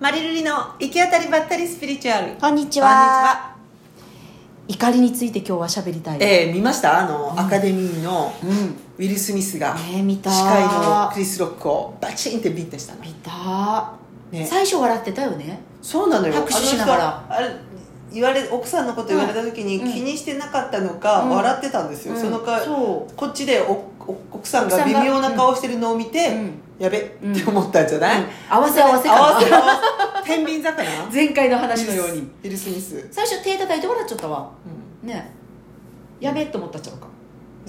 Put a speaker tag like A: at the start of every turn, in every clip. A: マリルリの行き当たりばったりスピリチュアル
B: こんにちは怒りについて今日は喋りたい、
A: えー見ましたあの、アカデミーの
B: うん
A: ウィル・スミスが、
B: ねえ見た
A: 司会のクリス・ロックをバチンってビンタしたの
B: 見た、
A: ね
B: 最初笑ってたよね
A: そうなのよ
B: 拍手しながら
A: あの人あれ言われ奥さんのこと言われた時に
B: うんうん
A: 気にしてなかったのか、
B: うん
A: 笑ってたんですよ、
B: うん
A: そのか
B: そ
A: こっちでおお奥さんが
B: 奥さん
A: 微
B: が
A: 妙な顔してるのを見て、
B: うん
A: やべって
B: うん
A: 思ったんじゃない、
B: うん合わせ合わせかな
A: 合わせ合わせ天秤 魚
B: 前回の話のように
A: ウィル・スミス、
B: 最初手叩いて笑っちゃったわ
A: うん
B: ねやべえと思ったちゃうか、
A: うん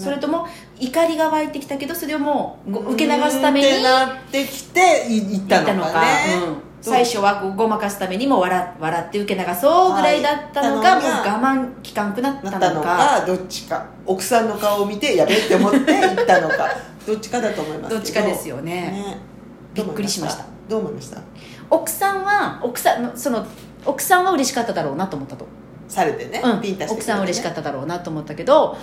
B: それとも怒りが湧いてきたけどそれをもうご受け流すために
A: うんってなってきてい行った
B: 言った
A: の
B: の
A: か
B: か、
A: ね
B: うん最初はこうごまかすためにも笑笑って受け流そうぐらいだったのが、
A: はい
B: もう我慢期間くなった
A: な
B: のか
A: ったのかどっちか奥さんの顔を見てやべえって思って行ったの かどっちかだと思いますけど
B: どっちかですよね
A: ね
B: びっくりしました
A: どう思いました
B: 奥さんは奥さんその奥さんは嬉しかっただろうなと思ったと、
A: されてね、
B: うん
A: ピンタして
B: 奥さんは嬉しかったただろうなと思ったけど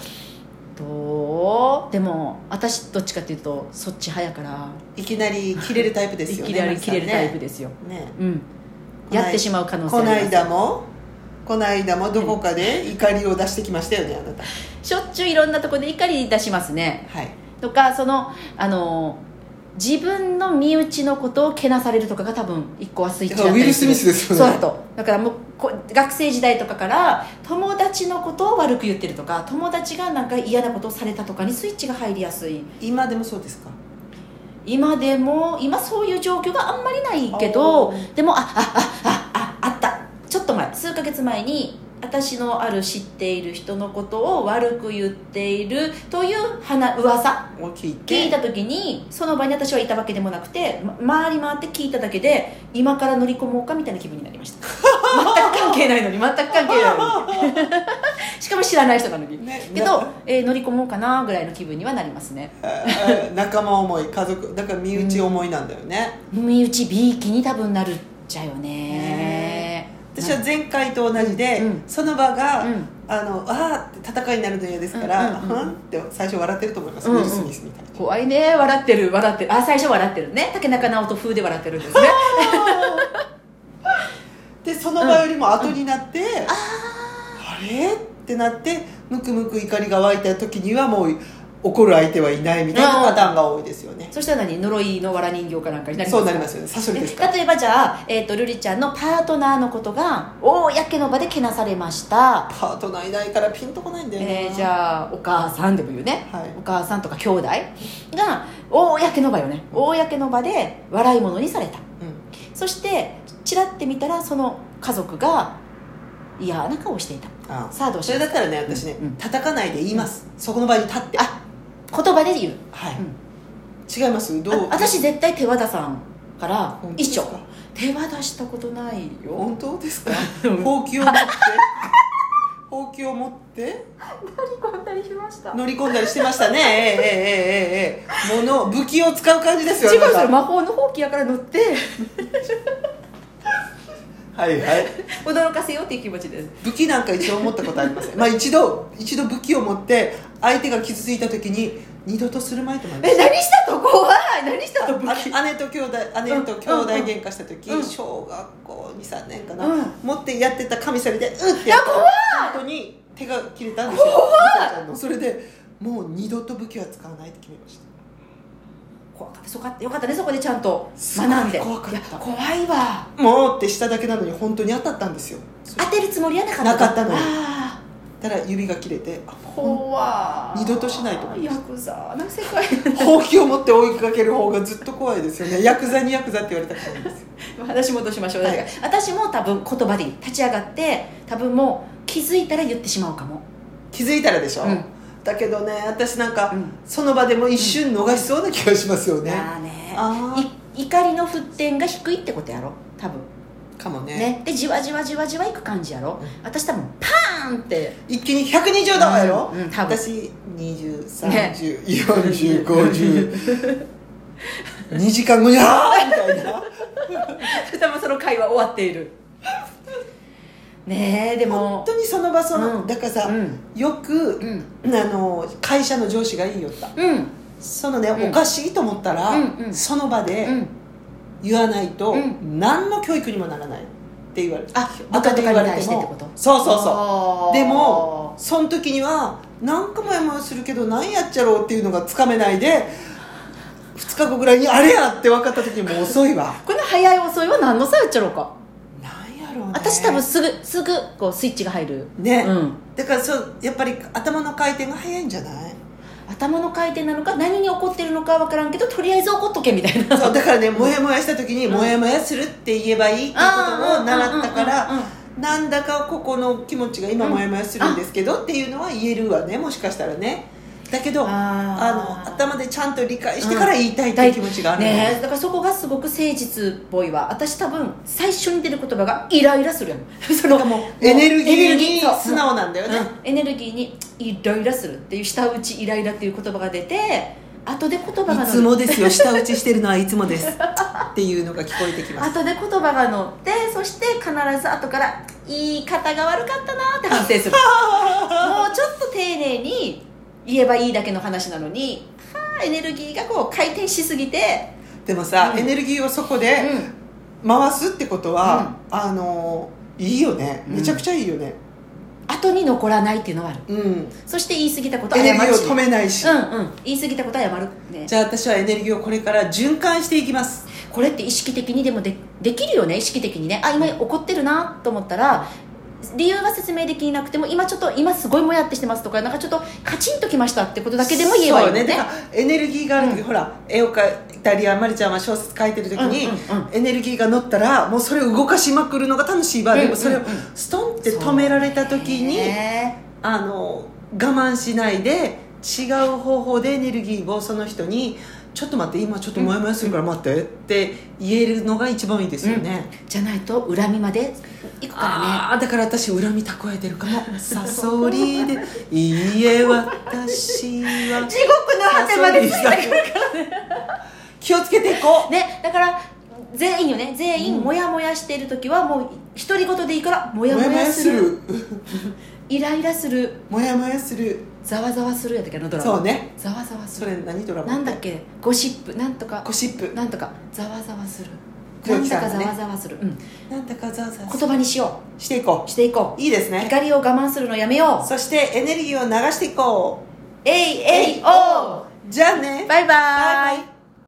B: どうでも私どっちかっていうとそっち派やから
A: いきなり切れるタイプですよね
B: いきなり切れるタイプ
A: で
B: ですよ、
A: ね
B: うん
A: こない
B: やってしまう可能性
A: こ
B: あ
A: な
B: り
A: い
B: ます
A: だもこないだもどこかで怒りを出してきましたよねあなた
B: しょっちゅういろんなとこで怒り出しますね
A: はい
B: とかそのあの自分の身内のことをけなされるとかが多分一個はスイッチだったりする
A: ウィルスミスですよね
B: そうだとだからもうこ学生時代とかから友達のことを悪く言ってるとか友達がなんか嫌なことをされたとかにスイッチが入りやすい
A: 今でもそうですか
B: 今でも今そういう状況があんまりないけど
A: あー
B: でもああああああったちょっと前数ヶ月前に私のある知っている人のことを悪く言っているという話噂
A: を聞いて
B: 聞いた時にその場に私はいたわけでもなくて、ま回り回って聞いただけで今から乗り込もうかみたいな気分になりました 全く関係ないのに全く関係ないの にしかも知らない人なのに、
A: ね
B: けど、えー乗り込もうかなぐらいの気分にはなりますね
A: えー仲間思い家族だから身内思いなんだよね、
B: 身内 B 期に多分なるっちゃうよね
A: 私は前回と同じで、
B: うん
A: その場が、
B: うん
A: あのあーって戦いになるの嫌ですから、
B: う
A: うんん
B: うんうんうん
A: って最初笑ってると思います、
B: うんう
A: ウ
B: ん
A: ィル・スミスみたいな
B: 怖いね笑ってる笑ってるあ最初笑ってるね竹中直人風で笑ってるんで すね
A: でその場よりも後になって、あれってなってムクムク怒りが湧いた時にはもう怒る相手はいないみたいなパターンが多いですよね、
B: そしたら何呪いの藁人形かなんかになります
A: そうなりますよねサソリです から
B: 例えばじゃあ、えー、とルリちゃんのパートナーのことが公の場でけなされました、
A: パートナーいないからピンとこないんだよね、
B: えーじゃあお母さんでも言うね、
A: はい
B: お母さんとか兄弟が公の場よね公の場で笑い物にされた
A: うん
B: そしてちらって見たらその家族が嫌な顔をしていた
A: あー
B: さあどうし
A: そ
B: よ
A: れ
B: う
A: だったらね私ね、
B: うん
A: 叩かないで言います、そこの場に立って
B: あ言葉で言う
A: はい、
B: うん
A: 違いますどう
B: あ私絶対手和田さんから
A: 本当で
B: 一
A: す
B: 緒
A: か
B: 手和出したことないよ
A: 本当ですか
B: うん
A: ほうきを持ってほうきを持って
B: こんなにしました
A: 乗り込んだりしてましたねえええええええええ物武器を使う感じですよ
B: 違う
A: あなた
B: それ魔法のほうきやから乗って
A: はいはい
B: 驚かせようっていう気持ちです
A: 武器なんか一応持ったことありませんまあ一度一度武器を持って相手が傷ついた時に二度とするまいと思いま
B: え
A: す
B: 何したと怖い何したと武器
A: あ姉と兄弟姉と兄弟喧嘩した時、
B: うんうん
A: 小学校23年かな、
B: うん
A: 持ってやってた神サビでうってやった本当に手が切れたんですよみさちゃんのそれでもう二度と武器は使わないって決めました
B: 怖かったそかよかったねそこでちゃんと
A: すごい
B: 学んで
A: 怖かった
B: いや怖いわ
A: もうってしただけなのに本当に当たったんですよ
B: 当てるつもりはなかった
A: なかったのよ
B: あ
A: たら指が切れてあ
B: ー
A: ほ
B: 怖
A: 二度としないと思いま
B: ヤ
A: す
B: クザな世界
A: ほうきを持って追いかける方がずっと怖いですよねヤクザにヤクザって言われたくないんですよ
B: 話戻しましょう、
A: はい
B: だから私も多分言葉で立ち上がって多分もう気づいたら言ってしまうかも
A: 気づいたらでしょ、
B: うん
A: だけどね私なんか、
B: うん
A: その場でも一瞬逃しそうな気がしますよね、
B: だね
A: あー
B: い怒りの沸点が低いってことやろ多分
A: かもね
B: ねでじわじわじわじわいく感じやろ、
A: う
B: 私多分パーンって
A: 一気に120度やろ、
B: うんうん多分
A: 私
B: ね
A: 20304050 2時間後に「あーみたいな
B: 多分その会は終わっているねえで
A: 本
B: も
A: 当にその場その、
B: うん
A: だからさ、
B: うん
A: よく、
B: うん
A: あの会社の上司が言いよった
B: うん
A: そのね、
B: うん
A: おかしいと思ったら、
B: うんうん
A: その場で、
B: うん
A: 言わないと、
B: うん
A: 何の教育にもならないって言われて
B: あ部下とかに対してってこと
A: そうそうそう
B: そう
A: でもその時には何かもやもやするけど何やっちゃろうっていうのがつかめないで2日後ぐらいにあれやって分かった時にもう遅いわ
B: この早い遅いは何の差やっちゃろうか
A: なんやろうね
B: 私多分すぐすぐこうスイッチが入る
A: ね、
B: うん
A: だからそうやっぱり頭の回転が早いんじゃない
B: 頭の回転なのか何に怒ってるのかは分からんけどとりあえず怒っとけみたいな
A: そうだからねモヤモヤした時に
B: うん
A: モヤモヤするって言えばいいっていうことを習ったからなんだかここの気持ちが今
B: うん
A: モヤモヤするんですけどっていうのは言えるわねもしかしたらねだけどあ
B: あ
A: の頭でちゃんと理解してから言いたいっていう気持ちがあるのよ
B: ねえだからそこがすごく誠実っぽいわ私多分最初に出る言葉がイライラするやんその
A: なんかも うエネルギ
B: エ
A: ー
B: ネルギ
A: に
B: ーそう
A: 素直なんだよね、
B: うんエネルギーにイライラするっていう舌打ちイライラっていう言葉が出て後で言葉が乗
A: い
B: る
A: つもですよ舌打ちしてるのはいつもですっていうのが聞こえてきます
B: 後で言葉が乗ってそして必ず後から言い方が悪かったなって反省 するもうちょっと丁寧に言えばいいだけの話なのにはあエネルギーがこう回転しすぎて、
A: でもさ、
B: うん
A: エネルギーをそこ
B: う
A: で
B: ん
A: 回すってことは、あのいいよねめちゃくちゃいいよね
B: 後に残らないっていうのはある
A: うん、
B: そして言い過ぎたこと
A: エ
B: は
A: ネ
B: 謝
A: ル
B: る
A: ギー
B: し
A: を止めないし、
B: うんうん言い過ぎたことは謝るね
A: じゃあ私はエネルギーをこれから循環していきます
B: これって意識的にでもでできるよね意識的にねあ今怒ってるなと思ったら理由が説明できなくても今ちょっと今すごいもやってしてますとかなんかちょっとカチンときましたってことだけでも言えばいいよね
A: そうだからエネルギーがある時、ほら絵を描いたりまりちゃんは小説書いてる時に、
B: うんうんう
A: エネルギーが乗ったらもうそれを動かしまくるのが楽しいわ、でもそれを
B: うんうんうん
A: ストンって止められた時に、
B: ね
A: あの我慢しないで違う方法でエネルギーをその人に「ちょっと待って今ちょっとモヤモヤするから待って」って言えるのが一番いいですよね、
B: じゃないと恨みまでいくからね
A: ああだから私恨み蓄えてるかも「サソリでいいえ私は」
B: 地獄の果てまでついてくる
A: 気をつけていこう
B: ねだから全員よね全員モヤモヤしている時はもう独り言でいいからモヤモヤするイライラする
A: もやもやする
B: ざわざわするやったっけなドラマ
A: そうね
B: ざわざわす
A: そ
B: る
A: れ何ドラマ
B: なんだっけゴシップなんとか
A: ゴシップ
B: なんとかざわざわする
A: 黒
B: なん
A: 木
B: だ
A: さんが
B: かざ
A: ね
B: わざわする、うん、
A: なんだかざわざわ
B: 言葉にしよ
A: していこ
B: うしていこ
A: ういいです
B: う
A: ね
B: 怒りを我慢するのやめよう
A: そしてエネルギーを流していこう
B: えいえいお
A: じゃあね
B: ーバイバ
A: バイバ
B: イ
A: イ